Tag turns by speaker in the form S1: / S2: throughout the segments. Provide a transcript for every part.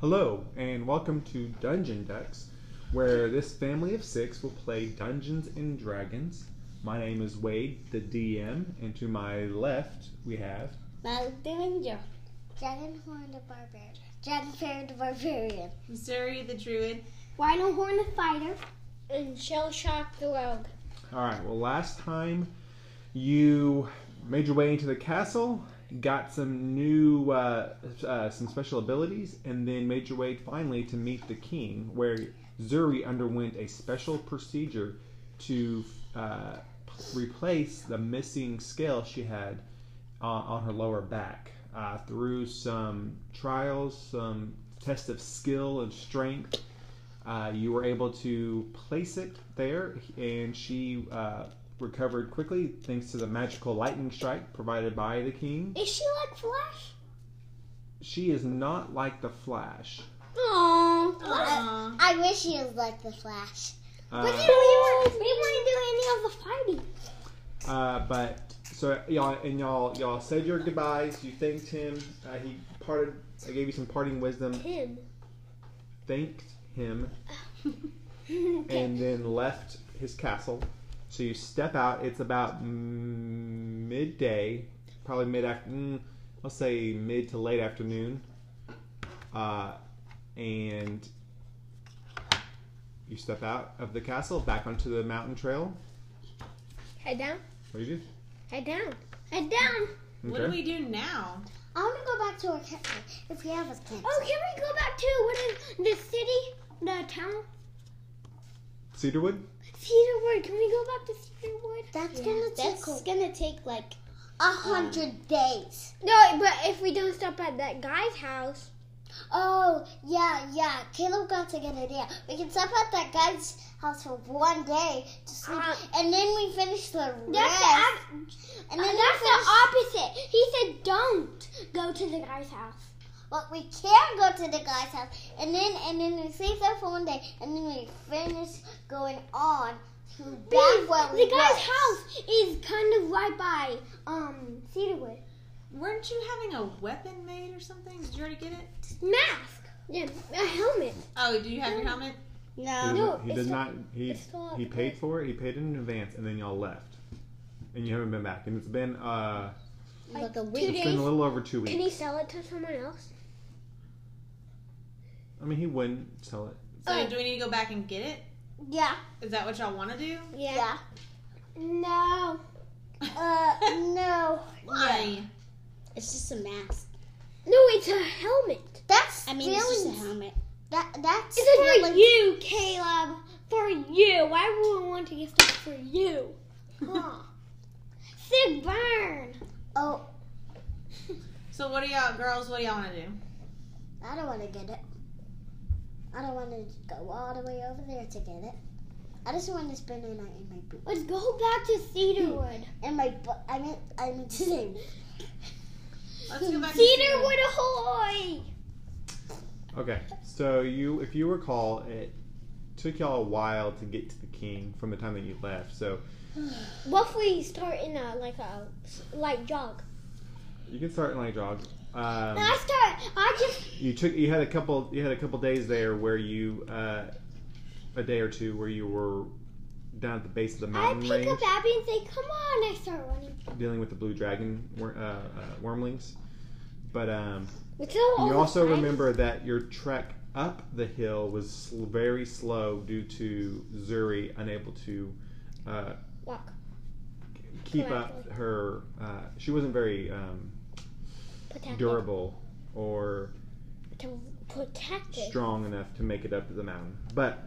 S1: Hello, and welcome to Dungeon Ducks, where this family of six will play Dungeons and Dragons. My name is Wade, the DM, and to my left we have.
S2: Maldivinger. Dragonhorn the Barbarian. Dragonfair the Barbarian.
S3: Zuri the Druid.
S2: Rhino Horn the Fighter. And Shell Shock the Rogue.
S1: Alright, well, last time you made your way into the castle, got some new, uh, uh, some special abilities, and then made your way finally to meet the king, where Zuri underwent a special procedure to uh, replace the missing scale she had uh, on her lower back uh, through some trials, some test of skill and strength. Uh, you were able to place it there, and she uh, recovered quickly thanks to the magical lightning strike provided by the king.
S2: Is she like Flash?
S1: She is not like the Flash.
S2: Aww.
S3: Aw.
S2: I wish she was like the Flash.
S1: Uh,
S2: but then we, were, we weren't doing any of the fighting.
S1: Uh, but so y'all and y'all y'all said your goodbyes. You thanked him. Uh, he parted. I gave you some parting wisdom.
S2: Him.
S1: Thanked him and then left his castle. So you step out. It's about mm, midday, probably mid after. Mm, let's say mid to late afternoon. Uh, and you step out of the castle, back onto the mountain trail.
S2: Head down.
S1: What do you do?
S2: Head down. Head down.
S3: What do we do now?
S2: I want to go back to our camp if we have a camp. Oh, can we go back to what is the city, the town,
S1: Cedarwood.
S2: Cedarwood? Can we go back to Cedarwood? That's gonna take
S4: That's gonna take like
S2: a hundred days.
S4: no, but if we don't stop at that guy's house,
S2: Oh yeah, yeah. Caleb got a good idea. We can stop at that guy's house for one day to sleep,
S4: Uh,
S2: and then we finish the rest.
S4: that's the, ab-
S2: and then we
S4: that's the
S2: finish-
S4: opposite. He said, "Don't go to the guy's house."
S2: Well, we can go to the guy's house, and then and then we sleep there for one day, and then we finish going on to back
S4: Because
S2: where we
S4: the guy's
S2: were.
S4: house is kind of right by um Cedarwood.
S3: Weren't you having a weapon made or something? Did you already get it?
S4: Mask, yeah, a helmet.
S3: Oh, do you have your helmet?
S1: He does
S2: Uh, No,
S4: No,
S1: not- he
S4: it's
S1: does
S4: not-
S1: not. He
S4: it's not
S1: he paid for it. He paid it in advance, and then y'all left, and you haven't been back. And it's been uh,
S2: like a
S4: Two
S1: it's been
S4: days.
S1: a little over two
S4: Can he
S1: weeks.
S4: sell it to someone else?
S1: I mean, he wouldn't sell it.
S3: So
S4: Oh.
S3: do we need to go back and get it?
S2: Yeah,
S3: Is that what y'all want to do?
S2: yeah.
S4: No.
S2: Uh, no.
S3: Why?
S5: It's just a mask.
S4: No, it's a helmet.
S2: That's
S5: I mean, it's
S2: really-
S5: just a helmet.
S2: that. That's
S4: It's for
S2: really-
S4: you, Caleb. For you. Why would we want to get stuff for you? Huh. Sick burn.
S2: Oh,
S3: So what do y'all, girls? What do y'all want to do?
S2: I don't want to get it. I don't want to go all the way over there to get it. I just want to spend the night in my boot.
S4: Let's go back to Cedarwood.
S2: In my boot. I mean, I mean today.
S3: Let's go back. to
S4: Cedarwood ahoy!
S1: Okay, so you, if you recall, it took y'all a while to get to the king from the time that you left. So
S4: What if we start in a like a like jog?
S1: you can start in like jog. Um,
S4: I start. I just
S1: you took you had a couple you had a couple days there where you uh, a day or two where you were down at the base of the
S4: I
S1: mountain
S4: pick
S1: range
S4: up Abby and say, "Come on!" I start running.
S1: dealing with the blue dragon wor- uh, uh, wormlings. But um,
S4: It's
S1: You also remember that your trek up the hill was sl- very slow due to Zuri unable to uh,
S4: Walk.
S1: keep up her. Uh, she wasn't very um,
S4: Protected.
S1: durable or
S4: To protect it.
S1: strong enough to make it up to the mountain. But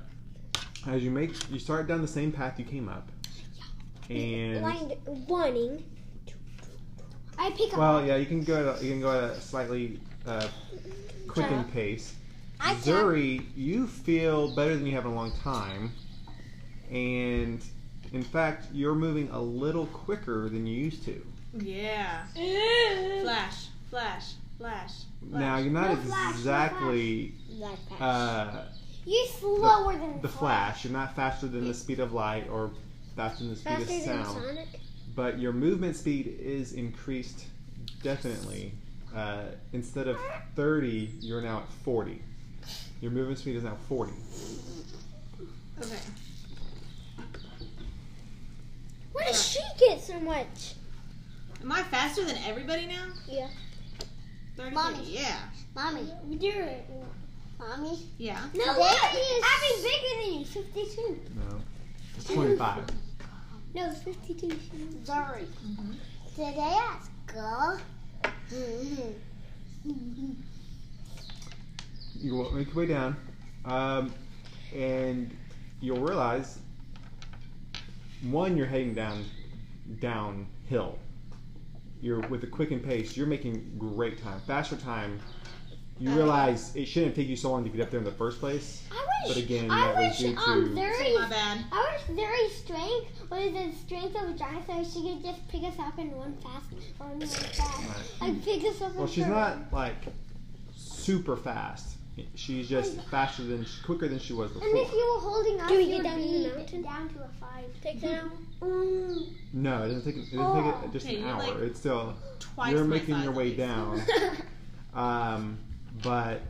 S1: as you make, you start down the same path you came up, and
S4: Blind running. I pick up.
S1: well, yeah, you can go at a, you can go at a slightly uh, quickened pace.
S2: I can't.
S1: Zuri, you feel better than you have in a long time, and in fact, you're moving a little quicker than you used to.
S3: Cedarwood. Yeah. Flash, flash, flash.
S1: Now you're not
S4: No flash, no
S1: exactly
S5: Like that.
S1: uh,
S4: You're slower than
S1: the Flash. You're not faster than the speed of light or faster than the speed
S4: Faster
S1: of
S4: than
S1: sound,
S4: Sonic.
S1: but your movement speed is increased definitely. Uh, instead of 30, you're now at 40. Your movement speed is now 40.
S3: Okay.
S4: Where does she get so much?
S3: Am I faster than everybody now?
S2: Yeah.
S3: 30,
S2: Mommy.
S3: Yeah.
S2: Mommy,
S4: You're-
S2: mommy,
S3: Yeah.
S4: No,
S2: That
S4: look,
S2: is-
S4: Abby's bigger than you. 52.
S1: No. It's 25.
S4: No, 52.
S2: Zuri.
S5: Mm-hmm.
S3: Mhm.
S2: Today Mm-hmm. at school,
S1: You will make your way down, um, and you'll realize one, you're heading down downhill. You're with a quickened pace. You're making great time, faster time. You realize it shouldn't take you so long to get up there in the first place.
S4: Uh-huh. I wish,
S1: But again,
S4: I
S1: that was
S4: wish
S1: due to-
S4: um,
S3: It's
S4: Zuri's
S3: my bad.
S4: I wish Zuri's strength was the strength of a giant, so she could just pick us up in one fast one like that. Like pick us up.
S1: Well,
S4: in
S1: she's
S4: her-
S1: not like super fast. She's just faster than, quicker than she was
S4: And if
S1: before.
S4: you were holding us,
S5: we
S4: you
S5: get
S4: would
S5: down to
S4: be
S5: the mountain?
S4: down to a five.
S5: Take down.
S4: Mm.
S1: No, it doesn't take. It doesn't
S4: Oh,
S1: take it just
S3: Okay,
S1: an
S3: you're,
S1: hour.
S3: like,
S1: it's still.
S3: Twice
S1: you're
S3: my
S1: making
S3: size
S1: your
S3: at
S1: way
S3: least.
S1: down. Um, but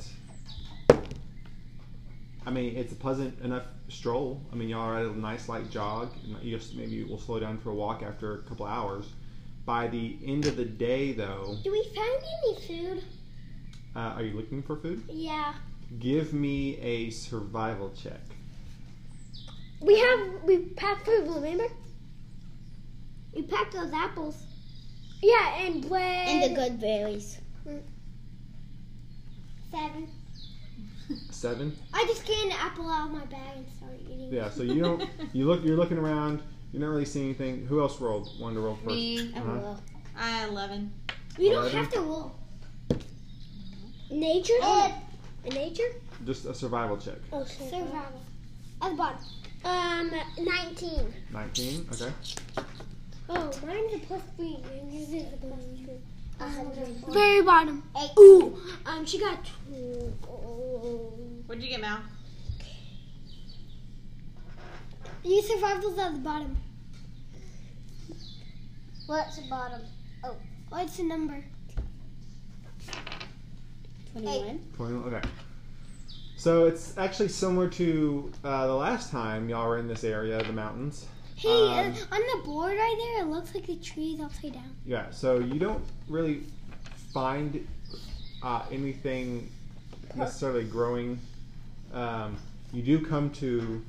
S1: I mean, it's a pleasant enough stroll. I mean, y'all are at a nice light jog. and You just maybe we'll slow down for a walk after a couple hours. By the end of the day, though,
S4: Do we find any food?
S1: uh, are you looking for food?
S4: Yeah.
S1: Give me a survival check.
S4: We have we packed food. Remember? We packed those apples. Yeah, and when
S5: And the good berries.
S4: seven.
S1: Seven.
S4: I just scanned an apple out of my bag and started eating.
S1: Yeah. So you don't. you look. You're looking around. You're not really seeing anything. Who else rolled? Wanted to roll first.
S3: Me.
S5: I
S1: Uh-huh.
S5: will.
S3: I 11.
S4: You don't
S1: Eleven.
S4: have to roll. Nature?
S2: Oh.
S4: nature?
S1: Just a survival check.
S4: Oh, survival. At the bottom. Um, 19.
S1: Nineteen. Okay.
S4: Oh, mine's a plus three. Yours is a plus two.
S2: a hundred.
S4: Very bottom.
S2: Eight.
S4: Ooh, um, she got two. Oh.
S3: What'd you get, Mal?
S4: You survival's at the bottom.
S2: What's the bottom?
S4: Oh. What's the number?
S5: 21.
S1: Twenty- Okay. So it's actually similar to uh, the last time y'all were in this area, the mountains.
S4: Hey,
S1: Um,
S4: uh, on the board right there, it looks like the tree is upside down.
S1: Yeah. So you don't really find uh, anything necessarily growing. Um, you do come to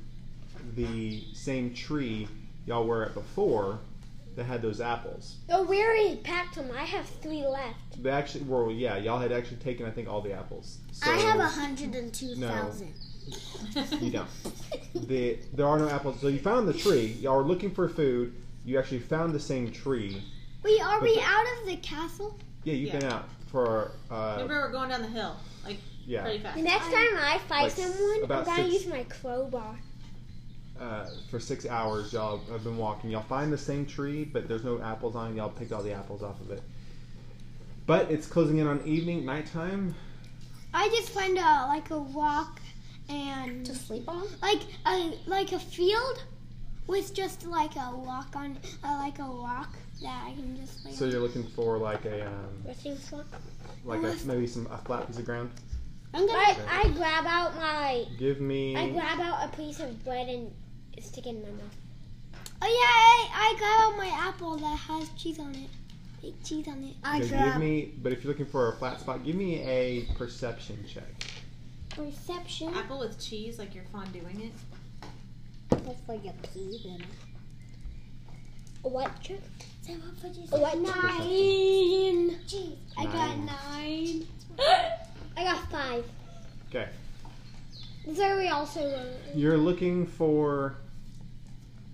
S1: the same tree y'all were at before that had those apples.
S4: Oh, we already packed them. I have three left.
S1: They actually, well, yeah, y'all had actually taken, I think, all the apples. So
S2: I have a hundred and two thousand.
S1: you don't. the there are no apples. So you found the tree. Y'all were looking for food. You actually found the same tree.
S4: Wait, are we
S1: Okay.
S4: out of the castle?
S1: Yeah, you've been out for uh,
S3: Remember, we're going down the hill
S1: yeah
S3: pretty
S4: The
S3: fast.
S4: next time I fight
S1: Like,
S4: someone, I'm
S1: about
S4: gonna
S1: six-
S4: use my crowbar.
S1: uh, for six hours. Y'all have been walking. Y'all find the same tree, but there's no apples on. it. Y'all picked all the apples off of it. But it's closing in on evening, nighttime.
S4: I just find a like a rock and
S5: To sleep on?
S4: like a like a field with just like a rock on uh, like a rock that I can just like.
S1: So you're looking for like a um,
S5: Resting slot?
S1: like a, maybe some a flat piece of ground.
S5: I'm gonna.
S4: I, I grab out my
S1: Give
S5: I
S1: me.
S5: grab out a piece of bread and stick it in my mouth.
S4: oh yeah, I, I got out my apple that has cheese on it. Big cheese on it.
S2: I
S1: Okay, give me. But if you're looking for a flat spot, give me a perception check.
S4: Perception.
S3: Apple with cheese, like you're fonduing it.
S2: for your pee then.
S5: A white trick?
S2: Say Oh, what for you?
S5: A white
S4: Nine.
S2: Cheese.
S4: I got
S1: Nine.
S4: nine.
S5: I got five.
S1: Okay.
S4: Zoe also wrote.
S1: You're looking for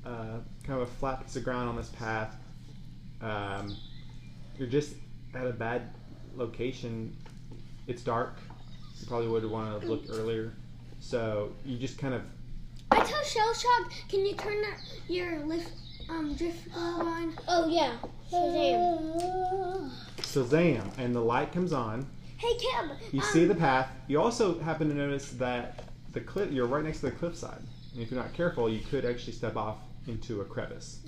S1: uh, kind of a flat piece of ground on this path. Um, you're just at a bad location. It's dark. You probably would have wanted to look earlier. So you just kind of
S4: I tell Shell Shock, can you turn that, your lift um drift globe on?
S5: Oh, yeah. Shazam.
S1: Shazam, and the light comes on.
S4: Hey Kim.
S1: You
S4: um,
S1: see the path. You also happen to notice that the cliff. You're right next to the cliffside, and if you're not careful, you could actually step off into a crevice.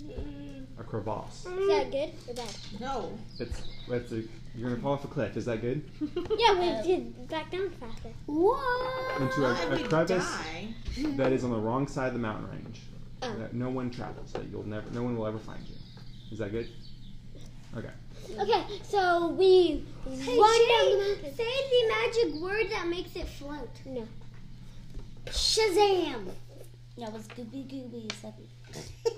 S1: a crevasse.
S5: Is that good or bad?
S3: No.
S1: It's that's a you're gonna fall off a cliff. Is that good?
S5: Yeah, we did back down faster.
S2: What?
S1: Into
S3: Not
S1: a,
S3: if
S1: a
S3: we
S1: crevice
S3: die.
S1: that is on the wrong side of the mountain range.
S5: Oh.
S1: That no one travels. That you'll never. No one will ever find you. Is that good?
S5: Okay, so we
S4: Hey,
S5: run down the
S4: Jay,
S5: mountain.
S4: say the magic word that makes it float.
S2: Shazam!
S5: That was Gooby Gooby.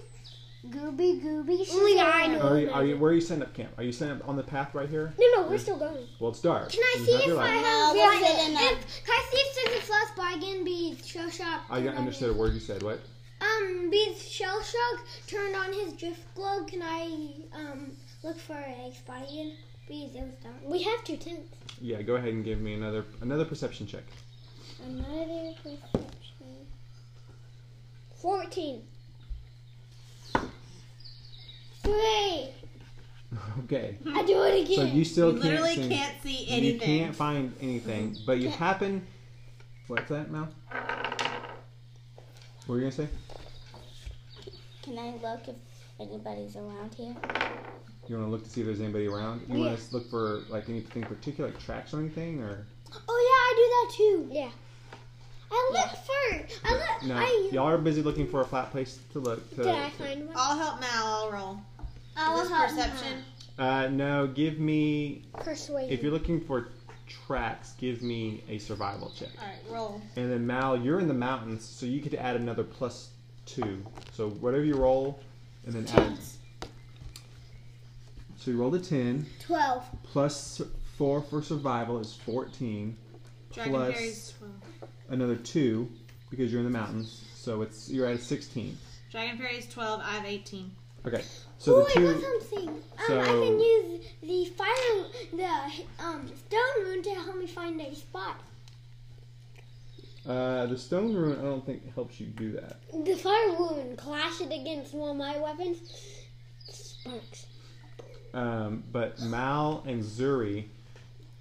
S2: Gooby gooby shazam.
S4: Only Oh I know.
S1: Are you, are you, where are you setting up camp? Are you setting up on the path right here?
S5: No, no, we're still going.
S1: Well, it's dark.
S4: Can I
S1: You
S4: see
S1: have
S4: if
S1: your
S4: I
S1: light.
S4: have
S2: No,
S4: one?
S2: this isn't it.
S4: If, can I see if there's a floss by again be shell shock?
S1: I got- understood a word you said. What?
S4: Um, be shell shock turned on his drift globe. Can I um look for a spy again? Bees, it was dark.
S5: We have two tents.
S1: Yeah. Go ahead and give me another another perception check.
S5: Another perception. Fourteen.
S4: Three.
S1: Okay.
S5: I do it again.
S1: So you still
S3: You literally
S1: can't see.
S3: can't see
S1: you
S3: anything.
S1: can't find anything, but you happen. What's that, Mel? What were you gonna say?
S5: Can I look if anybody's around here?
S1: You want to look to see if there's anybody around. You want to look for like anything particular, like tracks or anything, or
S5: Oh yeah, I do that too. Yeah.
S4: I look for. I look.
S1: no?
S4: I.
S1: Y'all are busy looking for a flat place to look. To,
S5: Did I find one?
S3: I'll help Mal. I'll roll.
S4: I
S3: Is
S4: will
S3: this
S4: help
S3: perception?
S1: Uh, no, give me if
S5: Persuasion.
S1: you're looking for tracks, give me a survival check.
S3: All right, roll.
S1: And then Mal, you're in the mountains, so you could add another plus two. So whatever you roll, and then add. So you rolled a ten.
S4: Twelve.
S1: plus four for survival is 14
S3: Dragon
S1: Plus-
S3: fairies. well,
S1: another two because you're in the mountains so it's you're at 16
S3: Dragon fairies twelve. I have eighteen.
S1: so the
S4: oh, I got
S1: two
S4: something. Um, I
S1: so-
S4: can use the fire, the um stone rune to help me find a spot.
S1: uh, the stone rune i don't think helps you do that
S5: The fire wound clashed against one of my weapons. Sparks.
S1: um, but mal and zuri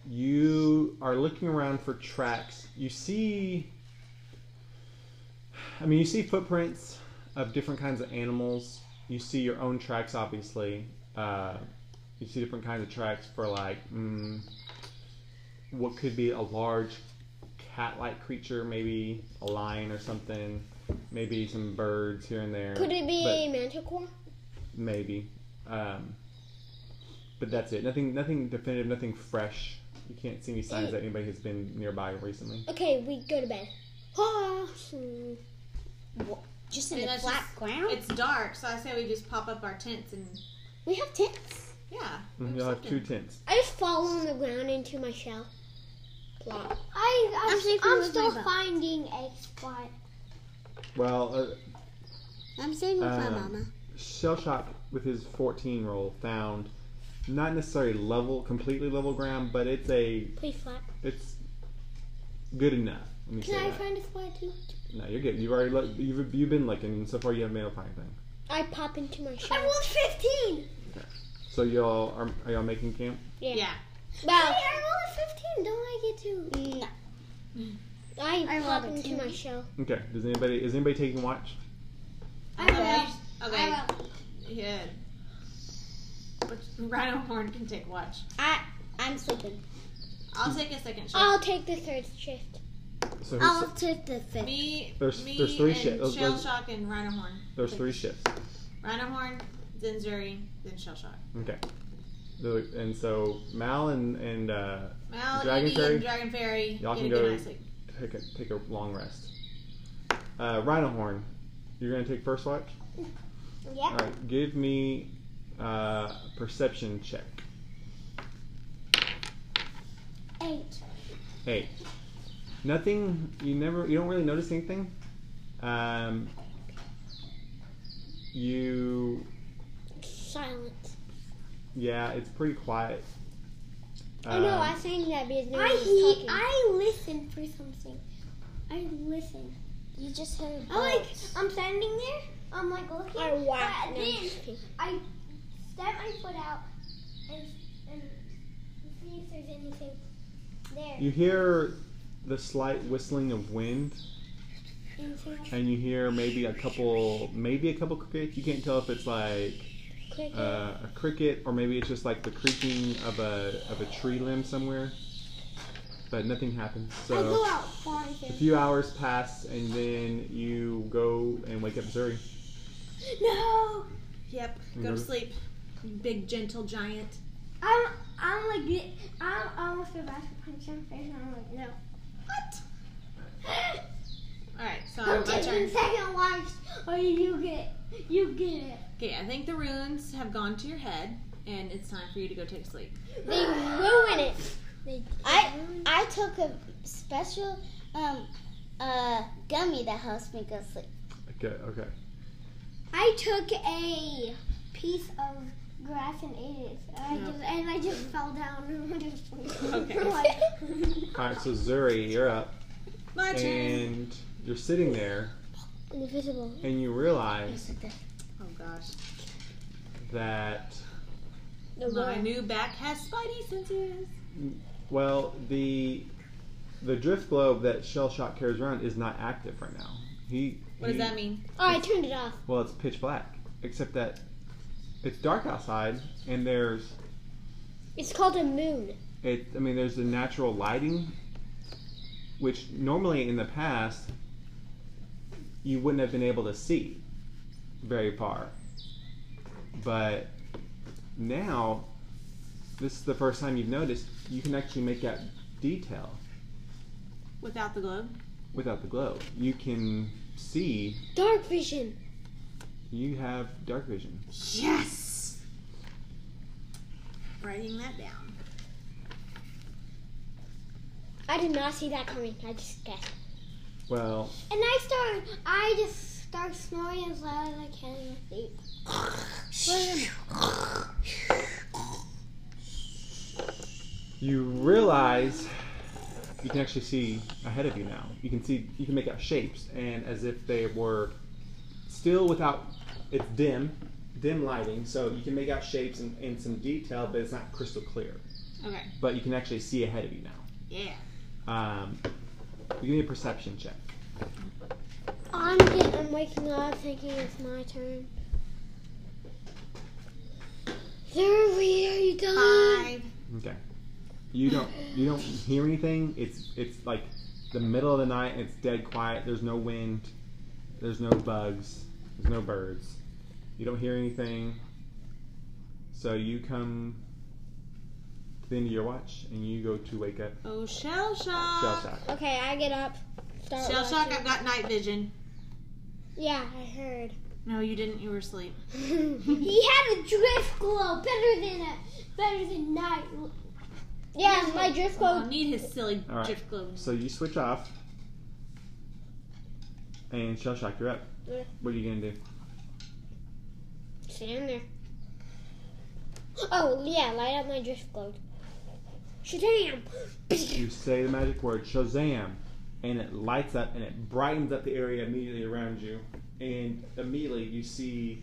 S1: you are looking around for tracks you see i mean you see footprints of different kinds of animals you see your own tracks obviously uh, you see different kinds of tracks for like mm, what could be a large cat-like creature maybe a lion or something maybe some birds here and there
S5: Could it be
S1: But-
S5: a manticore?
S1: maybe. Um, but that's it. Nothing, nothing definitive. Nothing fresh. You can't see any signs that anybody has been nearby recently.
S5: Okay, we go to bed. Ah, hmm.
S4: Just
S3: in the Let's flat just-
S4: ground.
S3: It's dark, so I say we just pop up our tents and
S5: we have tents.
S3: yeah.
S1: And
S3: we've
S1: You'll have
S3: slept
S1: two
S3: in.
S1: tents.
S5: I just fall on the ground into my shell. Plop.
S4: I,
S5: I'm
S4: I
S5: sleeping
S4: I'm,
S5: with
S4: still
S5: my butt.
S4: finding a spot.
S1: Well, uh,
S2: I'm saying with my
S1: Um,
S2: mama.
S1: Shell Shock with his 14 roll found not necessarily level, completely level ground, but it's a
S5: Pretty flat.
S1: it's good enough. Let me
S4: Can
S1: say
S4: I
S1: that.
S4: find a spot too?
S1: no, you're good. You've already looked, you've you've been looking, and so far you haven't been able to find anything.
S5: I pop into my
S4: I
S5: shell.
S4: rolled fifteen.
S1: So y'all are, are y'all making camp?
S3: Yeah.
S4: Hey,
S5: Well,
S4: I rolled a fifteen. Don't I get to?
S2: No.
S5: I,
S4: I
S5: pop
S4: rolled a
S5: into
S4: two.
S5: my shell.
S1: Okay. Does anybody is anybody taking watch?
S4: I
S3: Okay.
S4: will.
S3: okay.
S4: I will.
S3: Yeah. But Rhino Horn can take watch.
S2: I'm sleeping.
S3: I'll take a second shift.
S5: I'll take the third shift.
S1: So who's,
S2: I'll take the
S4: Oh.
S2: fifth.
S3: me,
S1: There's-
S3: me
S1: there's three
S3: and
S1: shi- those-
S3: Shell
S1: those-
S3: Shock and Rhino Horn.
S1: there's three shifts.
S3: Rhino Horn, then Zuri, then Shell Shock.
S1: The, and so Mal and, and uh,
S3: Mal,
S1: Dragon
S3: Dragon Fairy.
S1: Fairy.
S3: and Dragon Fairy
S1: Y'all
S3: get
S1: can
S3: a good
S1: go-
S3: night's sleep.
S1: take a take a long rest. Uh, Rhino Horn, you're gonna take first watch. All
S4: Yeah.
S1: right, give me uh, perception check.
S4: Eight.
S1: Eight. Nothing. You never. You don't really notice anything. Um, you.
S5: Silence.
S1: Yeah, it's pretty quiet.
S5: oh no,
S1: Um,
S5: I sang that because no one
S4: I
S5: was
S4: he,
S5: talking.
S4: I listen for something. I listen.
S5: you just heard.
S4: I like. I'm standing there. I'm like looking.
S5: I whack.
S4: but
S5: No, I'm
S4: then
S5: just kidding.
S4: I step my foot out and, and see if there's anything there.
S1: You hear the slight whistling of wind,
S4: Anything else?
S1: and you hear maybe a couple, maybe a couple crickets. You can't tell if it's like
S5: Cricket.
S1: uh, a cricket, or maybe it's just like the creaking of a of a tree limb somewhere. But nothing happens.
S5: I go
S1: So
S5: out far
S1: a
S5: again.
S1: few hours pass, and then you go and wake up Zuri.
S5: No,
S3: Yep. Go
S1: Remember-
S3: to sleep. you Big gentle giant.
S5: I'm I'm like the- I'm almost about to punch him face. and I'm like no. What?
S3: All right. So
S5: I'm
S3: my turn.
S5: taking second lives, or you get you get it.
S3: Okay. I think the runes have gone to your head, and it's time for you to go take a sleep.
S2: They ruin it. I I took a special um uh gummy that helps me go sleep.
S1: Okay, uh, okay.
S5: I took a piece of grass and ate it, I
S3: No.
S5: just, and I just fell down and went to sleep.
S3: Okay.
S5: Like,
S1: All right, so Zuri, you're up,
S3: My turn.
S1: and you're sitting there,
S4: Invisible.
S1: and you realize
S3: Oh gosh.
S1: that
S4: No
S3: My
S4: one.
S3: new back has spidey senses.
S1: well, the the drift globe that Shell Shock carries around is not active right now. He.
S3: What does
S1: he-
S3: that mean?
S4: Oh, I turned it off.
S1: Well, it's pitch black, except that it's dark outside, and there's
S4: It's called a moon.
S1: it. I mean, there's the natural lighting, which normally in the past you wouldn't have been able to see very far, but now this is the first time you've noticed you can actually make out detail
S3: Without the globe.
S1: without the glow. You can see.
S4: Dark vision.
S1: You have dark vision.
S3: Yes. Writing that down.
S4: I did not see that coming. I just guessed.
S1: Well,
S5: and I started, I just start snoring as loud as I can in my sleep.
S1: you realize you can actually see ahead of you now. You can see you can make out shapes and as if they were still without it's dim, dim lighting, so you can make out shapes and, and some detail, but it's not crystal clear.
S3: Okay.
S1: But you can actually see ahead of you now.
S3: Yeah.
S1: Um, you need a perception check.
S4: I'm, get, I'm waking up thinking it's my turn. There we are, you done?
S3: Five.
S1: Okay. You don't you don't hear anything. It's it's like the middle of the night. It's dead quiet. There's no wind. There's no bugs. There's no birds. You don't hear anything. So you come to the end of your watch and you go to wake up
S3: Oh, shell
S1: Shell
S3: shock.
S1: Shock.
S4: Okay, I get up. Start
S3: Shell shock.
S4: watching.
S3: I've got night vision.
S4: Yeah, I heard.
S3: No, you didn't. You were asleep.
S5: He had a drift glow, better than a, better than night.
S4: yeah, my drift
S3: I'll
S4: globe.
S3: need his silly
S1: All right.
S3: drift globe.
S1: So you switch off. And Shell Shock, you're up.
S4: Yeah.
S1: What are you gonna do?
S4: Stand there. Oh yeah, light up my drift globe. Shazam!
S1: You say the magic word Shazam, and it lights up and it brightens up the area immediately around you. And immediately you see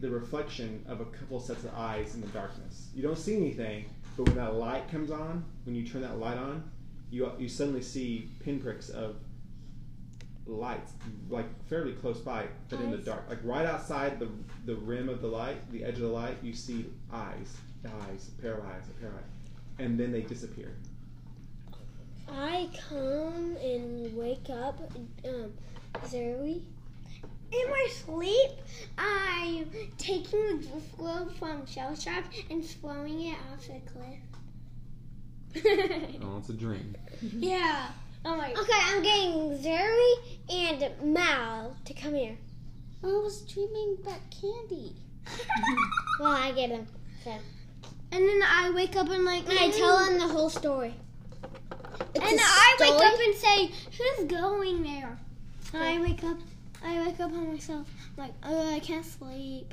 S1: the reflection of a couple sets of eyes in the darkness. You don't see anything, but when that light comes on, when you turn that light on, you you suddenly see pinpricks of lights like fairly close by, but in the
S5: Eyes?
S1: dark, like right outside the the rim of the light, the edge of the light, you see eyes, eyes, a pair of eyes, a pair of eyes, and then they disappear.
S4: I come and wake up, um, Zuri.
S5: In my sleep, I'm taking the drift globe from Shell Shock and throwing it off the cliff.
S1: Oh, it's a dream.
S5: yeah. Oh my.
S4: Okay, I'm getting Zuri and Mal to come here.
S2: I was dreaming about candy.
S4: Well, I get them.
S5: And then I wake up and like
S4: And I tell them the whole story. It's
S5: And
S4: a
S5: I wake
S4: story?
S5: up and say, "Who's going there?" And I wake up. I wake up on myself. I'm like, oh, I can't sleep.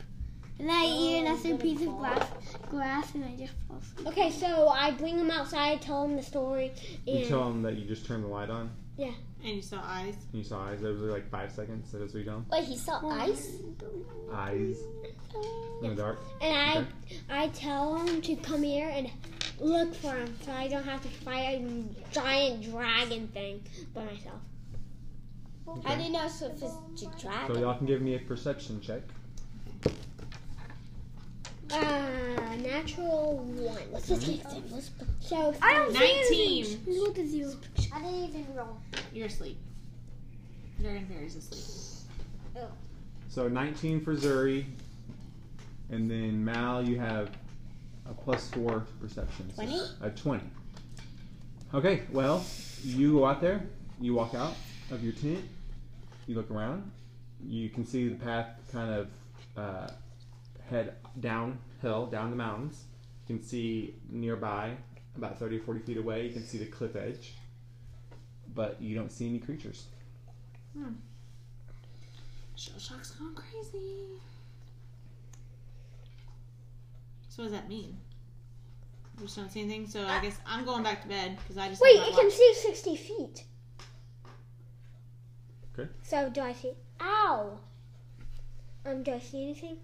S5: And I
S4: Oh,
S5: eat another piece of grass, grass, and I just fall asleep.
S4: Okay, so I bring them outside, tell them the story, and
S1: You tell them that you just turned the light on
S3: And you saw eyes.
S1: and you saw eyes. That was like five seconds. That is what you tell
S2: Wait, he saw ice?
S1: them. Eyes in the dark.
S4: and I I tell them to come here and look for them, so I don't have to fight a giant dragon thing by myself.
S2: I didn't know if it's a dragon.
S1: So y'all can give me a perception check.
S4: Uh, natural one.
S2: Let's just get them. Let's put-
S4: So
S5: I don't see
S3: Nineteen.
S5: anything. Look at you.
S2: I didn't even roll.
S3: You're asleep. Dragon Fairy's asleep.
S1: So 19 for Zuri. And then Mal, you have a plus four perception. so
S2: 20?
S1: A 20. Okay, well, you go out there, you walk out of your tent, you look around, you can see the path kind of uh, head downhill, down the mountains. You can see nearby, about 30 or 40 feet away, you can see the cliff edge, but you don't see any creatures.
S3: Shell shock's gone crazy. So what does that mean? We just don't see anything. So I guess I'm going back to bed because I just
S4: Ah. wait,
S3: have
S4: it
S3: not
S4: can
S3: watched-
S4: see sixty feet.
S1: Okay.
S4: So do I see? Ow. Um, do I see anything?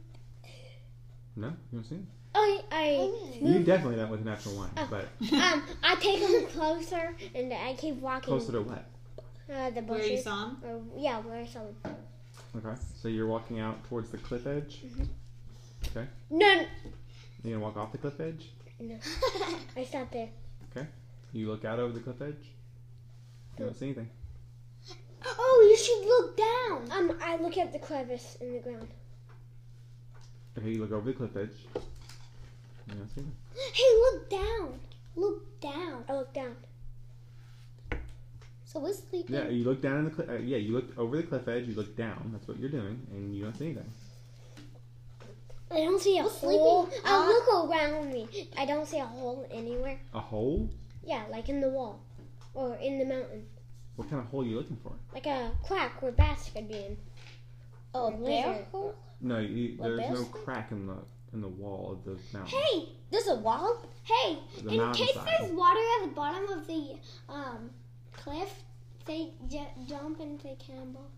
S1: No, you don't see them?
S4: Oh, I
S1: You definitely went with a natural one,
S4: Oh.
S1: but
S4: um, I take him closer and I keep walking
S1: closer to what?
S4: uh, the
S3: where you
S4: bushes.
S3: saw him.
S4: Or, yeah, where I saw him.
S1: Okay. So you're walking out towards the cliff edge.
S4: No,
S1: You're gonna walk off the cliff edge.
S4: I stopped there.
S1: You look out over the cliff edge. You don't see anything.
S4: Oh, you should look down. Um, I look at the crevice in the ground.
S1: Okay, you look over the cliff edge. You don't see anything.
S4: Hey, look down. Look down. I look down.
S2: So we're sleeping.
S1: Yeah, you look down in the cliff. Uh, yeah, you looked over the cliff edge. You look down. That's what you're doing, and you don't see anything.
S4: I don't see a
S2: We're sleeping
S4: hole.
S2: on-
S4: I look around me. I don't see a hole anywhere.
S1: A hole?
S4: Yeah, like in the wall or in the mountain,
S1: What kind of hole are you looking for?
S4: like a crack where bats could be in.
S2: Oh, a bear
S4: Lizard.
S2: hole?
S1: No, you,
S2: Well,
S1: there's
S2: there's
S1: no
S2: the-
S1: crack in the in the wall of the mountain.
S5: Hey,
S2: There's a wall?
S5: hey.
S1: the
S5: in
S1: mountain
S5: case
S1: side.
S5: there's water at the bottom of the um, cliff, they j- jump into cannonball.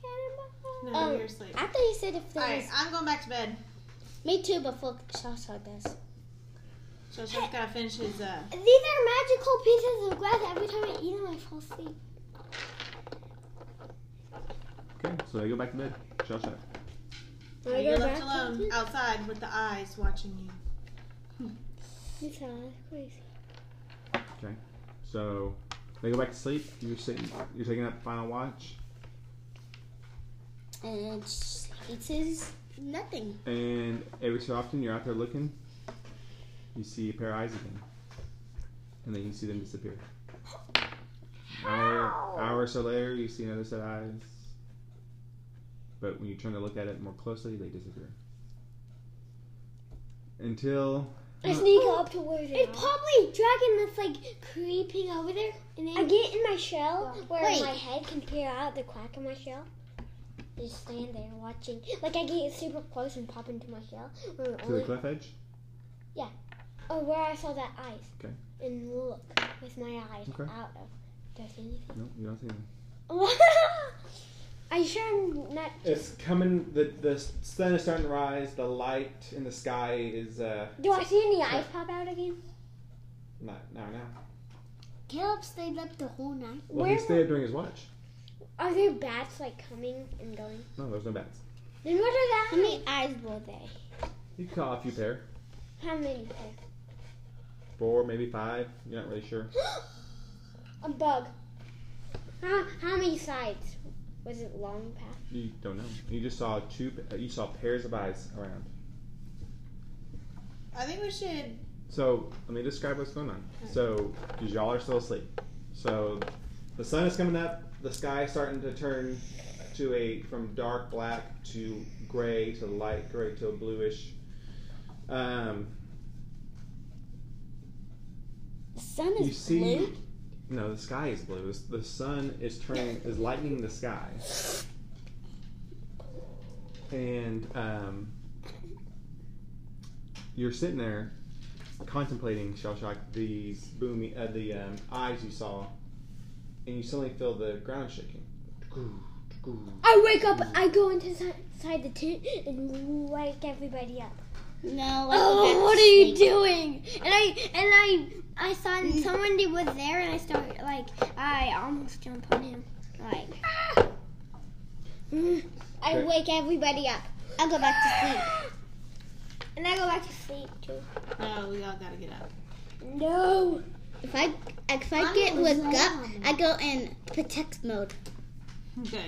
S5: Cannonball.
S4: Um,
S3: No,
S2: Oh,
S3: you're asleep.
S2: I thought you said if
S3: All
S2: there was.
S3: right, I'm going back to bed.
S2: Me too, before Shasha does.
S3: Shell shock's gotta finish his. Uh,
S5: These are magical pieces of glass. Every time I eat them, I fall asleep.
S1: Okay, so they go back to bed. Shell shock.
S4: I
S3: you're
S4: go
S3: left
S4: back.
S3: alone outside with the eyes watching you.
S4: It's, uh, crazy.
S1: So they go back to sleep. You're sitting. You're taking that final watch.
S2: And sh- it says nothing.
S1: And every so often you're out there looking, you see a pair of eyes again. And then you see them disappear. An Hour, hour or so later, you see another set of eyes. But when you turn to look at it more closely, they disappear. Until.
S4: I sneak up to where they
S5: It's
S4: are.
S5: probably a dragon that's like creeping over there, and
S4: I
S5: then
S4: get in my shell where
S2: Wait.
S4: my head can peer out the crack of my shell. I just stand there watching. Like I get super close and pop into my shell. Or,
S1: To the
S4: only,
S1: cliff edge?
S4: or where I saw that eyes.
S1: Okay.
S4: And look with my eyes
S1: Okay.
S4: out of. Do I see anything?
S1: No, you don't see them.
S4: Are you sure I'm not?
S1: It's coming. The, the sun is starting to rise. The light in the sky is uh,
S4: Do I see any eyes pop out again?
S1: not now now.
S5: Caleb stayed up the whole night.
S1: Well,
S4: Where
S1: he's there doing his watch.
S4: Are there bats like coming and going?
S1: No, there's no bats.
S4: Then what are that?
S2: How many eyes were there?
S1: You can call a few pair.
S4: How many?
S1: Four, maybe five. You're not really sure.
S4: A bug. How, how many sides? Was it long past?
S1: You don't know. You just saw two. You saw pairs of eyes around.
S3: I think we should.
S1: So let me describe what's going on. So because y'all are still asleep. So the sun is coming up. The sky starting to turn to a from dark black to gray to light gray to a bluish. Um,
S2: The sun is
S1: you see.
S2: blue.
S1: No, the sky is blue. It's- The sun is turning is lightening the sky. And um, you're sitting there contemplating shell shock these boomy uh, the um, eyes you saw, and you suddenly feel the ground shaking.
S4: I wake up. I go into si- inside the tent and wake everybody up.
S2: No. I go back
S5: Oh,
S2: to
S5: what are you
S2: sleep. Mm.
S5: doing? And I and I I saw that someone was there, and I started like I almost jump on him. Like
S4: I
S1: Okay.
S4: wake Ah! everybody up.
S2: I'll go back to sleep.
S4: And I go back to sleep too.
S3: No, we all gotta get up.
S4: No.
S2: If I if I get with up,
S5: um,
S2: I go in protect mode.
S3: Good.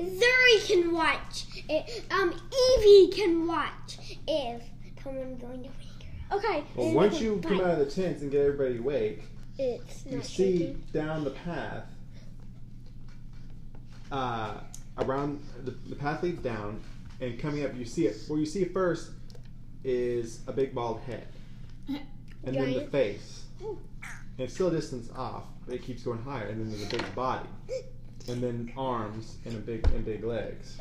S4: Zuri can watch. It, um, Evie can watch if someone's going to wake her. Okay.
S1: Well, once you come out of the tents and get everybody awake,
S4: It's
S1: you see down the path, uh, around the, the path leads down, and coming up, you see it. What you see first is a big bald head, and then the
S6: Giant.
S1: face. And it's still a distance off, but it keeps going higher, and then there's a big body, and then arms and a big and big legs.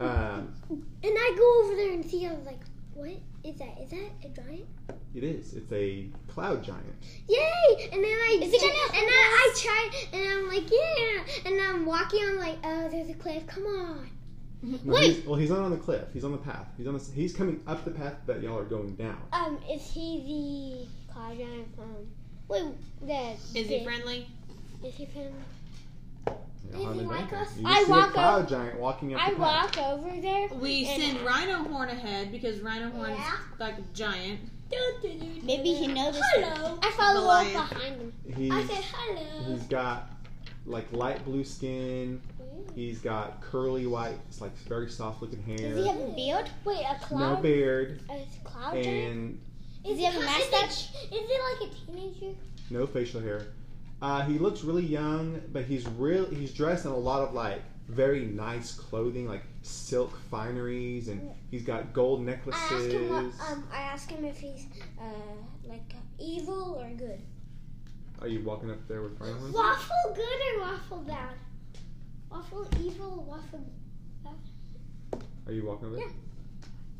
S1: Um,
S4: And I go over there and see. I was like, what is that? Is that a giant?
S1: it is. It's a cloud giant.
S4: Yay! And then I
S2: Is it gonna
S4: and then I tried and I'm like, yeah. And I'm walking. I'm like, oh, there's a cliff. Come on.
S1: No,
S2: Wait.
S1: He's, well, he's not on the cliff. He's on the path. He's on. The, s- he's coming up the path that y'all are going down.
S6: Um, is he the cloud giant from? Wait, the
S3: Is he friendly?
S6: Is he from?
S1: You know, on the
S4: like
S1: down.
S4: us?
S1: You
S6: I
S1: see a
S6: walk
S1: cloud giant walking up
S6: I
S1: the path.
S6: walk over there.
S3: We
S6: and
S3: send Rhino Horn ahead because Rhino Horn's
S4: Yeah.
S3: like a giant.
S2: Maybe he noticed.
S4: Hello.
S6: I follow up
S3: Goliath.
S6: behind him.
S4: I
S1: He's,
S4: said hello.
S1: he's got like light blue skin. He's got curly white, it's like very soft looking
S2: Does he
S1: hair,
S2: have a beard?
S6: Wait, a
S1: no
S6: cloud?
S1: beard,
S6: a cloud giant?
S1: and
S2: Does he have a mustache?
S4: Is it like a teenager?
S1: no facial hair. Uh, he looks really young, but he's real. He's dressed in a lot of like very nice clothing, like silk fineries, and he's got gold necklaces.
S6: I ask him what, um, I ask him if he's uh like evil or good.
S1: Are you walking up there with Franklin?
S4: Waffle good or waffle bad? Waffle evil, waffle.
S1: Are you walking over there?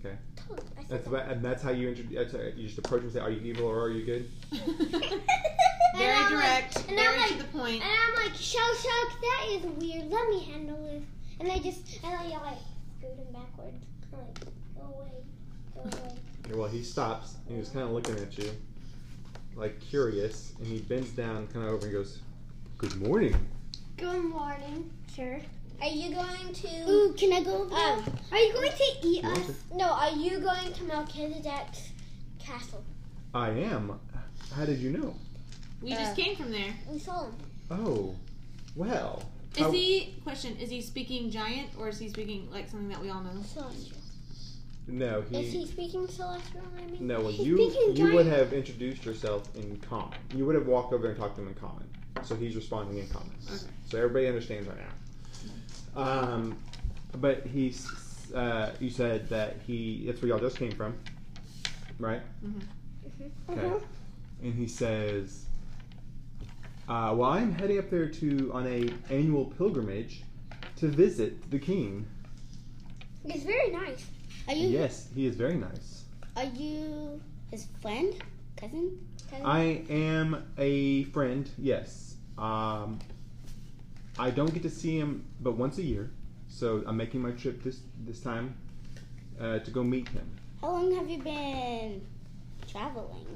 S1: Okay.
S4: Totally. I said
S1: That's about, and that's how you introduce. That's how you just approach him and say, "Are you evil or are you good?"
S3: Very
S4: I'm like- uh,
S3: direct.
S4: and
S3: Very
S4: I'm
S3: to the point.
S4: And I'm like, Shell Shock, that is weird. Let me handle this. And I just, and I like, screwed him backwards. I'm like, go away, go away.
S1: Okay, well, he stops and he's kind of looking at you, like curious, and he bends down, kind of over, and goes, "Good morning."
S4: Good morning, sir.
S6: Are you going to?
S2: Ooh, can I go? Over there?
S6: um,
S4: Are you going to eat
S1: You want
S4: us?
S1: to-
S6: no, are you going to Melchizedek's castle?
S1: I am. How did you know?
S3: We just came from there.
S6: We saw him.
S1: Oh, well.
S3: Is
S1: how-
S3: he question? Is he speaking giant or is he speaking like something that we all know?
S6: Celestial.
S1: No,
S6: Is he
S1: he.
S6: speaking celestial? I mean,
S1: No, well,
S6: he's
S1: you
S6: speaking
S1: you
S6: giant.
S1: would have introduced yourself in common. You would have walked over and talked to him in common. So he's responding in common.
S3: Okay.
S1: So everybody understands right now. Um, but he's. Uh, you said that he. That's where y'all just came from, right?
S6: Mm-hmm.
S3: Mhm.
S1: Okay. And he says, uh, "Well, I'm heading up there to on a annual pilgrimage to visit the king.
S4: It's very nice.
S2: Are
S6: Mm-hmm.
S2: you
S1: Yes, he is very nice.
S2: are you his friend, cousin?
S1: I am a friend. Yes. Um, I don't get to see him, but once a year. So I'm making my trip this this time uh, to go meet him."
S2: How long have you been traveling?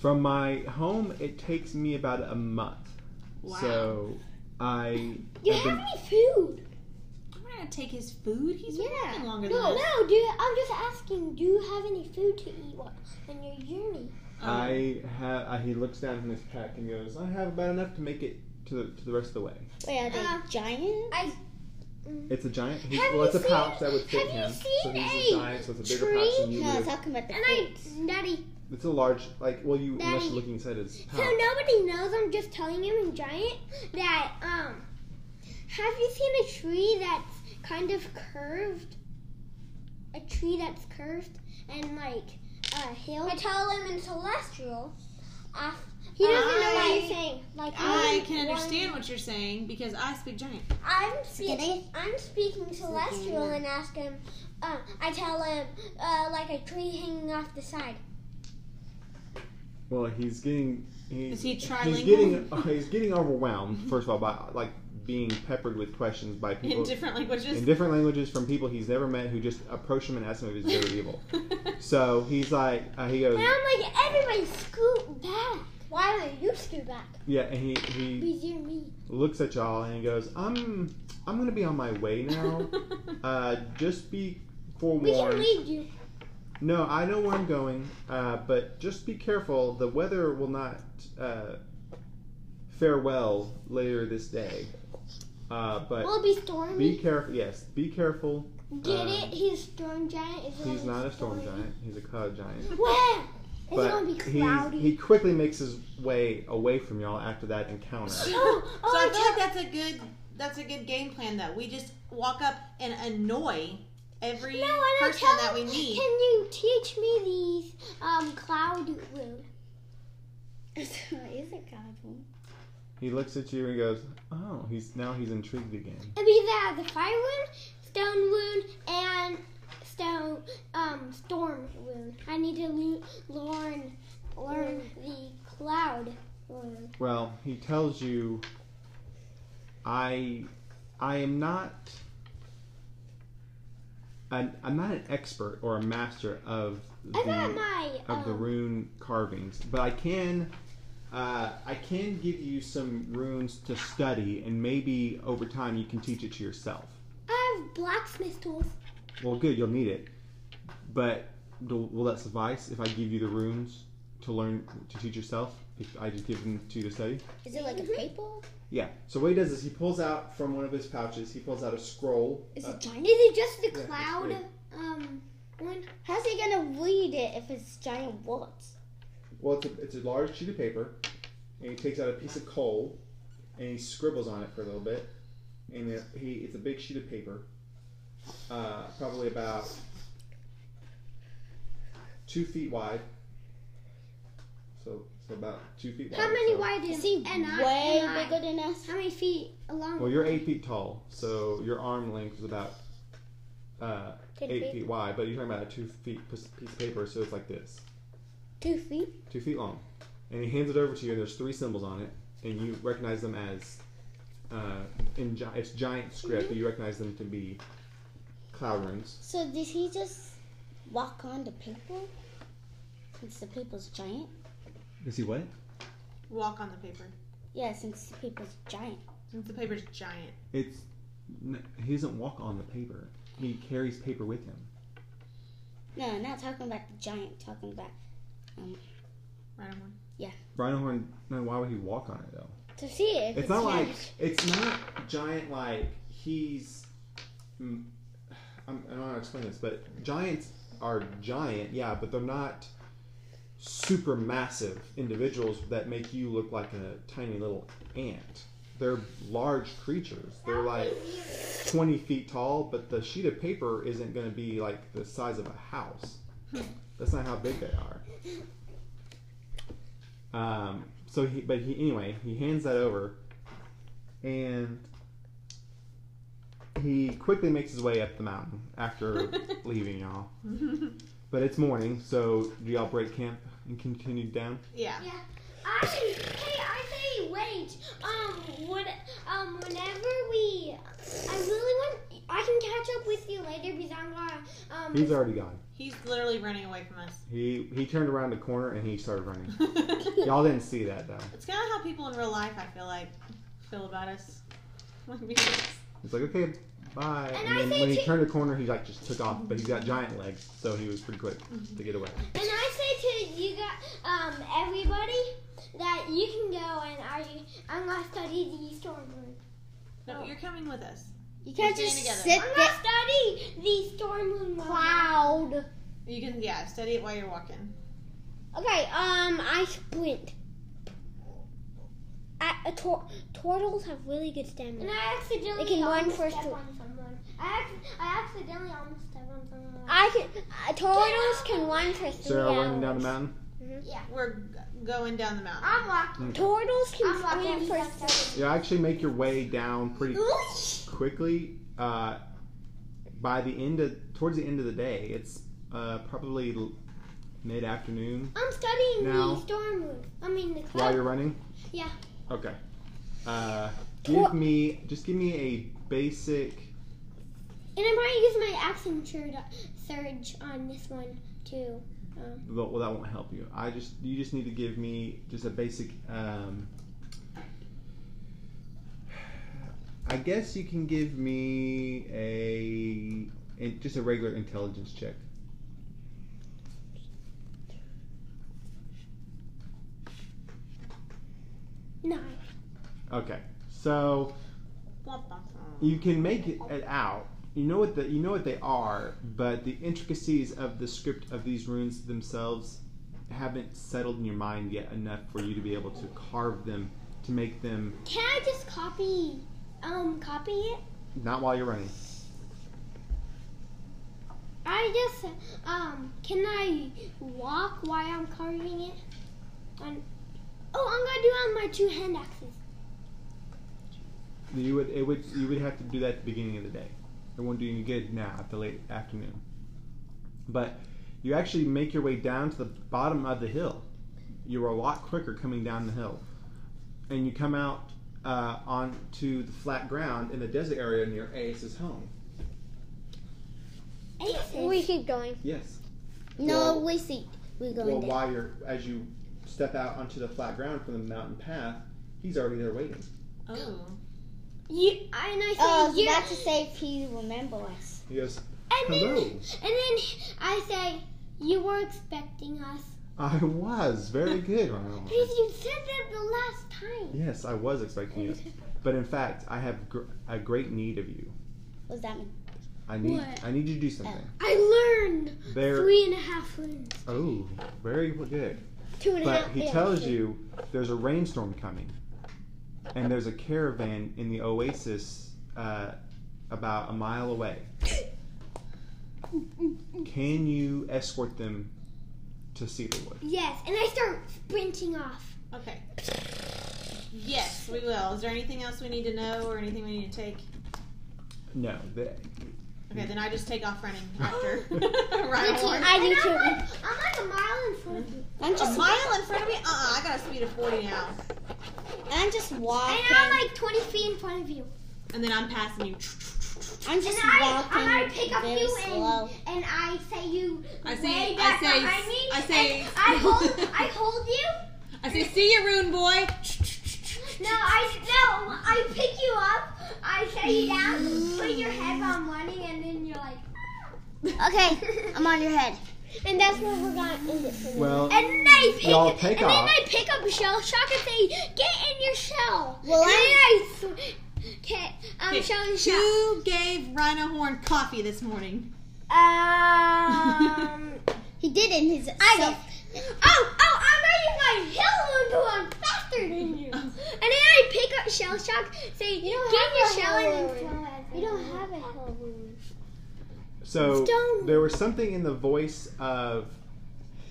S1: From my home, it takes me about a month.
S3: Wow.
S1: So I
S4: You
S1: I've been-
S4: have any food?
S3: I'm not gonna take his food. He's
S4: Yeah.
S3: working longer than
S4: No,
S3: us.
S4: no, dude. I'm just asking. Do you have any food to eat while- on your journey?
S3: Um,
S1: I have. Uh, he looks down from his pack and goes, "I have about enough to make it to the to the rest of the way."
S2: Wait, are they
S4: Uh,
S2: giant?
S1: It's a giant. He,
S4: Have
S1: well, it's
S4: you
S1: a pouch
S4: seen-
S1: that would fit
S4: have you
S1: him. so
S4: seen
S1: he's a
S4: a
S1: giant, so it's a bigger
S4: tree?
S1: pouch than you
S2: No,
S1: would.
S2: I was
S1: have-
S2: talking about the
S4: And I,
S2: fruits.
S4: Daddy.
S1: It's a large, like, well, you unless you're
S4: Daddy.
S1: looking inside his
S4: So
S1: pouch.
S4: nobody knows. I'm just telling him in giant that um. Have you seen a tree that's kind of curved? A tree that's curved and like a hill. I tell him in celestial. he doesn't know what
S6: I-
S4: you're saying. Like
S3: I can understand what you're saying because I speak giant.
S4: I'm
S2: Can
S4: speaking.
S2: I?
S4: I'm speaking celestial and ask him. Uh, I tell him uh, like a tree hanging off the side.
S1: Well, he's getting. He's,
S3: Is he
S1: He's
S3: trilingual?
S1: getting. uh, he's getting overwhelmed. First of all, by like being peppered with questions by people
S3: In different languages.
S1: in different languages from people he's never met who just approach him and ask him if he's good or evil. So he's like, uh, he goes,
S4: And I'm like, everybody scoot back. Why don't you scoot back?
S1: yeah, and he he
S4: Be dear me.
S1: looks at y'all and he goes, "I'm I'm gonna be on my way now. uh, just be
S4: We can
S1: forewarned.
S4: lead you.
S1: No, I know where I'm going, uh, but just be careful. The weather will not uh, fare well later this day. Uh, but
S4: Will it be stormy?
S1: be careful. Yes, be careful.
S4: Get
S1: um,
S4: it? He's a storm giant. Is it
S1: He's
S4: gonna
S1: not
S4: be
S1: a storm
S4: stormy?
S1: giant. He's a cloud giant.
S4: Where? Is it
S1: But
S4: gonna be
S1: he's,
S4: cloudy?
S1: he quickly makes his way away from y'all after that encounter.
S4: Oh,
S3: so I
S4: oh,
S3: feel like that's a good that's a good game plan though. We just walk up and annoy every
S4: No, I don't
S3: person
S4: tell
S3: that we
S4: him,
S3: meet.
S4: Can you teach me these um cloud word?
S7: Is it cotton?
S1: He looks at you and goes, "Oh, he's now he's intrigued again."
S4: And these are the fire wound, stone wound, and stone um storm wound. I need to le- learn learn
S3: Mm.
S4: the cloud wound.
S1: Well, he tells you, "I, I am not." An, I'm not an expert or a master of
S4: I got
S1: the,
S4: my
S1: Mm. of the
S4: um,
S1: rune carvings, but I can uh, I can give you some runes to study, and maybe over time you can teach it to yourself.
S4: I have blacksmith tools.
S1: Well, good, you'll need it. But do- will that suffice if I give you the runes to learn to teach yourself? If I just give them to you to study?
S2: Is it like
S5: Mm-hmm.
S2: a paper?
S1: Yeah. So what he does is he pulls out from one of his pouches. He pulls out a scroll.
S7: Is
S1: Uh,
S7: it giant?
S4: Is it just the
S1: Yeah, it's
S4: cloud
S1: big.
S4: um one?
S2: How's he gonna read it if it's giant words?
S1: well, it's a, it's a large sheet of paper, and he takes out a piece of coal, and he scribbles on it for a little bit, and it, he it's a big sheet of paper, uh, probably about two feet wide. So, so about two feet wide.
S4: How many
S1: so-
S4: wide
S2: Is
S4: is
S2: he
S4: and I-
S2: way
S4: and I-
S2: bigger than us?
S4: How many feet long?
S1: Well, you're eight feet tall, so your arm length is about uh,
S2: Ten
S1: eight
S2: feet.
S1: feet wide. But you're talking about a two feet piece piece of paper, so it's like this,
S2: Two feet.
S1: two feet long. And he hands it over to you, and there's three symbols on it, and you recognize them as uh, in gi- it's giant script, but you recognize them to be cloud runes.
S2: So did he just walk on the paper? Since the paper's giant?
S1: Is he what?
S3: walk on the paper.
S2: Yeah, since the paper's giant.
S3: Since the paper's giant.
S1: It's n- he doesn't walk on the paper. He carries paper with him.
S2: No, not talking about the giant, talking about
S3: Right on one.
S1: Rhinohorn. No, why would he walk on it though?
S7: To see it.
S1: It's not like it's not giant. Like he's, mm, I'm, I don't know how to explain this, but giants are giant, yeah, but they're not super massive individuals that make you look like a tiny little ant. They're large creatures. They're like twenty feet tall, but the sheet of paper isn't going to be like the size of a house. That's not how big they are. Um, so he, but he anyway, he hands that over, and he quickly makes his way up the mountain after leaving y'all. But it's morning, so do y'all break camp and continue down?
S3: yeah.
S4: I hey, I say wait. Um, what? Um, whenever we, I really want. I can catch up with you later because I'm gonna. Um,
S1: He's already gone.
S3: He's literally running away from us.
S1: He he turned around the corner and he started running.
S3: it's
S1: Y'all didn't see that though.
S3: kind of how people in real life, I feel like, feel about us. Like, we just-
S1: He's like, okay, bye.
S4: And
S1: And,
S4: I
S1: then
S4: say
S1: when he
S4: to-
S1: turned the corner, he like just took off. But he's got giant legs, so he was pretty quick
S4: Mm-hmm.
S1: to get away.
S4: and I say to you guys, um, everybody, that you can go and I, I'm gonna study the storm moon.
S2: Oh.
S3: no, you're coming with us.
S2: You can't
S3: We're
S2: just
S3: staying together.
S2: sit
S4: I'm
S2: there.
S4: gonna study the storm moon
S7: Cloud.
S3: You can, yeah, study it while you're walking.
S7: Okay, um, I sprint. I, uh, tor- turtles have really good
S4: And
S7: stamina.
S4: I accidentally
S7: It can run
S4: almost
S7: first
S4: step
S7: to-
S4: on someone. I, ac- I accidentally almost step on someone.
S7: I can. Uh, turtles can run for three
S1: Sarah
S7: hours.
S1: running down the mountain.
S3: We're g- going down the mountain.
S2: Ah.
S4: I'm walking.
S3: Mm.
S7: Turtles can
S4: I'm
S7: swim
S4: walking.
S7: for
S4: Step, step.
S1: You actually make your way down pretty quickly. Uh, by the end of towards the end of the day, it's uh, probably mid afternoon
S4: I'm studying
S1: Now-
S4: the storm moon. I mean the cloud.
S1: while you're running.
S4: Yeah.
S1: Okay. Uh,
S7: Tor-
S1: give me just give me a basic.
S4: And I'm going to use my action surge,
S2: uh,
S4: surge on this one too.
S1: Well, that won't help you. I just you just need to give me just a basic. Um, I guess you can give me a in- just a regular intelligence check.
S4: Nine.
S1: Okay, so
S2: Mm.
S1: you can make it it out. You know what the you know what they are, but the intricacies of the script of these runes themselves haven't settled in your mind yet enough for you to be able to carve them to make them
S4: Can I just copy, um, copy it?
S1: not while you're running.
S4: I just, um, can I walk while I'm carving it? On, oh, I'm gonna do it on my two hand axes.
S1: You would it would you would have to do that at the beginning of the day. It won't do you any good now at the late afternoon. But you actually make your way down to the bottom of the hill. You're a lot quicker coming down the hill, and you come out uh, onto the flat ground in the desert area near Aes's home.
S4: Aces.
S8: We keep going.
S1: Yes.
S2: No,
S1: Well-
S2: we see. We're going
S1: Well,
S2: down.
S1: while you're as you step out onto the flat ground from the mountain path, he's already there waiting.
S3: Oh.
S4: You, and I say,
S2: Oh, I was
S4: you
S2: about to say if he remember us.
S1: He goes,
S4: and then,
S1: "Hello."
S4: and then I say, you were expecting us.
S1: I was very good, Ronald.
S4: Because you said that the last time.
S1: Yes, I was expecting you. But in fact, I have gr- a great need of you.
S2: What's that mean?
S1: I need
S4: What? Uh,
S1: I need you to do something.
S4: I learned
S1: There.
S4: three and a half runes.
S1: Oh, very good.
S8: Two and a half.
S1: But he
S8: yeah,
S1: tells
S8: two.
S1: you there's a rainstorm coming, and there's a caravan in the oasis uh, about a mile away. Can you escort them to Cedarwood?
S4: Yes, and I start sprinting off.
S3: Okay. Yes, we will. Is there anything else we need to know or anything we need to take?
S1: No, the-
S3: Okay, then I just take off running after Ryan.
S8: I do
S4: And
S8: too.
S4: I'm like, I'm like a mile in front of you.
S2: I'm
S3: A
S2: just,
S3: mile in front of me? Uh uh I got a speed of 40 now.
S2: I'm just walking.
S4: And I'm like 20 feet in front of you.
S3: And then I'm passing you.
S2: I'm
S4: And
S2: just
S4: I,
S2: walking
S4: I pick up
S2: very
S4: you
S2: slow.
S4: and, and I say you
S3: I say-
S4: way
S3: I
S4: back
S3: say-
S4: behind me.
S3: I say-
S4: and I hold I hold you.
S3: I say, see you, Rune boy.
S4: No, I no, I pick you up. I say you down. Put your head on running, and then you're like.
S2: Okay, I'm on your head.
S8: And that's where we're gonna end it for now.
S1: well,
S4: And then I pick,
S1: Y'all take
S4: and
S1: off.
S4: then I pick up Shell Shock and say, "Get in your shell."
S2: Well,
S4: and then
S2: I'm-
S4: I sw- okay, um,
S3: Okay,
S4: Shell Shock.
S3: Who gave Rhino Horn coffee this morning?
S4: Um,
S2: He did in his
S4: I
S2: self.
S4: did. Oh, oh, I'm ready my hill wound one faster than you. and then I pick up Shell Shock, say, "Get your
S8: Oh. have a
S4: shell
S8: Hell
S4: and then
S8: We don't have a hell wound.
S1: so
S4: Stone.
S1: there was something in the voice of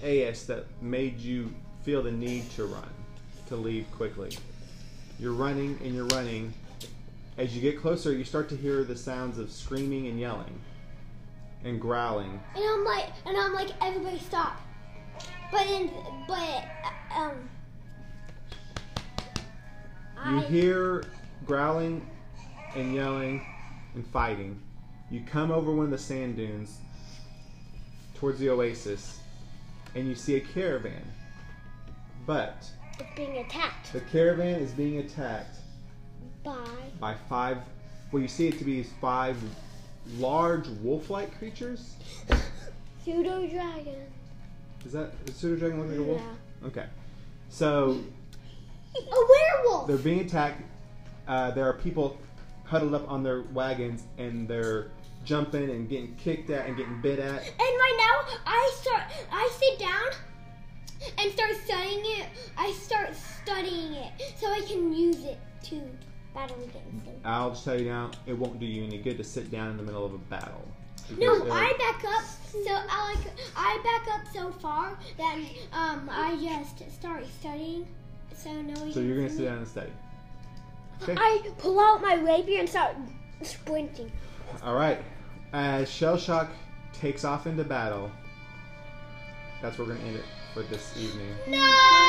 S1: AS that made you feel the need to run, to leave quickly. You're running and you're running. As you get closer, you start to hear the sounds of screaming and yelling and growling.
S4: And I'm like, and I'm like, everybody stop. But in, but um,
S1: You hear growling and yelling and fighting. You come over one of the sand dunes towards the oasis and you see a caravan. But
S8: It's being attacked
S1: the caravan is being attacked
S8: by
S1: by five, well, you see it to be five large wolf like creatures.
S8: pseudo dragon.
S1: Is that, is Pseudo Dragon look like a wolf?
S8: Yeah.
S1: Okay. So
S4: a werewolf.
S1: They're being attacked. Uh, there are people huddled up on their wagons and they're jumping and getting kicked at and getting bit at.
S4: And right now, I start, I sit down and start studying it. I start studying it so I can use it to battle against them.
S1: I'll just tell you now, it won't do you any good to sit down in the middle of a battle. Because
S4: No,
S1: uh, they're-
S4: I back up so I like I back up so far that um I just start studying. So no.
S1: So you're gonna sit down and study.
S8: I pull out my rapier and start sprinting.
S1: All right. As Shell Shock takes off into battle, that's where we're gonna end it for this evening.
S4: No.